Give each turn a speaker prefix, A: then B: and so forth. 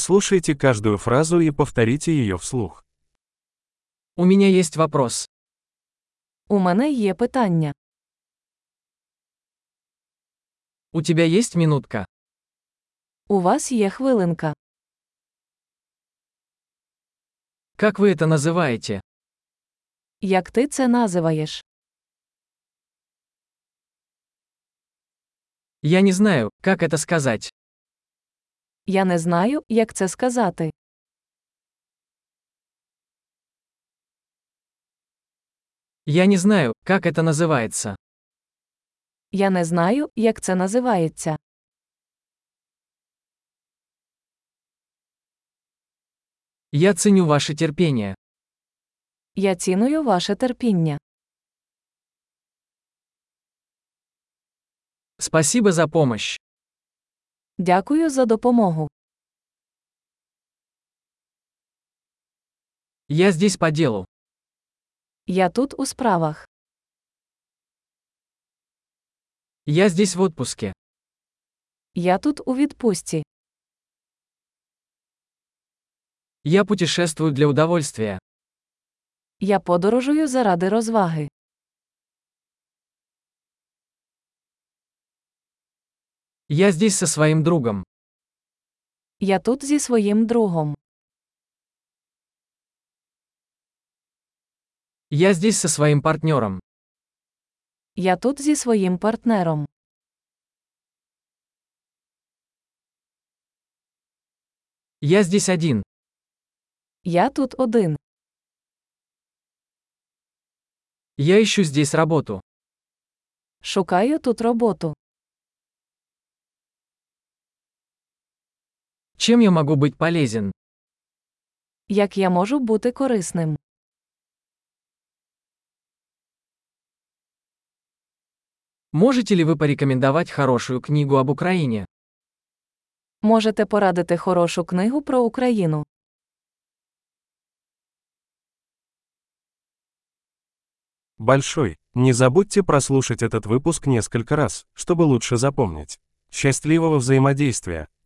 A: Прослушайте каждую фразу и повторите ее вслух.
B: У меня есть вопрос.
C: У мене є питання.
B: У тебя есть минутка?
C: У вас є хвилинка.
B: Как вы это называете?
C: Як ти це називаєш?
B: Я не знаю, как это сказать.
C: Я не знаю, як це сказати.
B: Я не знаю, как это называется.
C: Я не знаю, як це називається.
B: Я ценю ваше терпение.
C: Я ціную ваше терпіння.
B: Спасибо за помощь.
C: Дякую за допомогу.
B: Я здесь по делу.
C: Я тут у справах.
B: Я здесь в отпуске.
C: Я тут у відпустці.
B: Я путешествую для удовольствия.
C: Я подорожую заради розваги.
B: Я здесь со своим другом.
C: Я тут зі своїм другом.
B: Я здесь со своим партнером.
C: Я тут зі своїм партнером.
B: Я здесь один.
C: Я тут один.
B: Я ищу здесь работу.
C: Шукаю тут роботу.
B: Чем я могу быть полезен?
C: Як я можу бути корисним?
B: Можете ли вы порекомендовать хорошую книгу об Украине?
C: Можете порадити хорошу книгу про Україну.
A: Большой. Не забудьте прослушать этот выпуск несколько раз, чтобы лучше запомнить. Счастливого взаимодействия!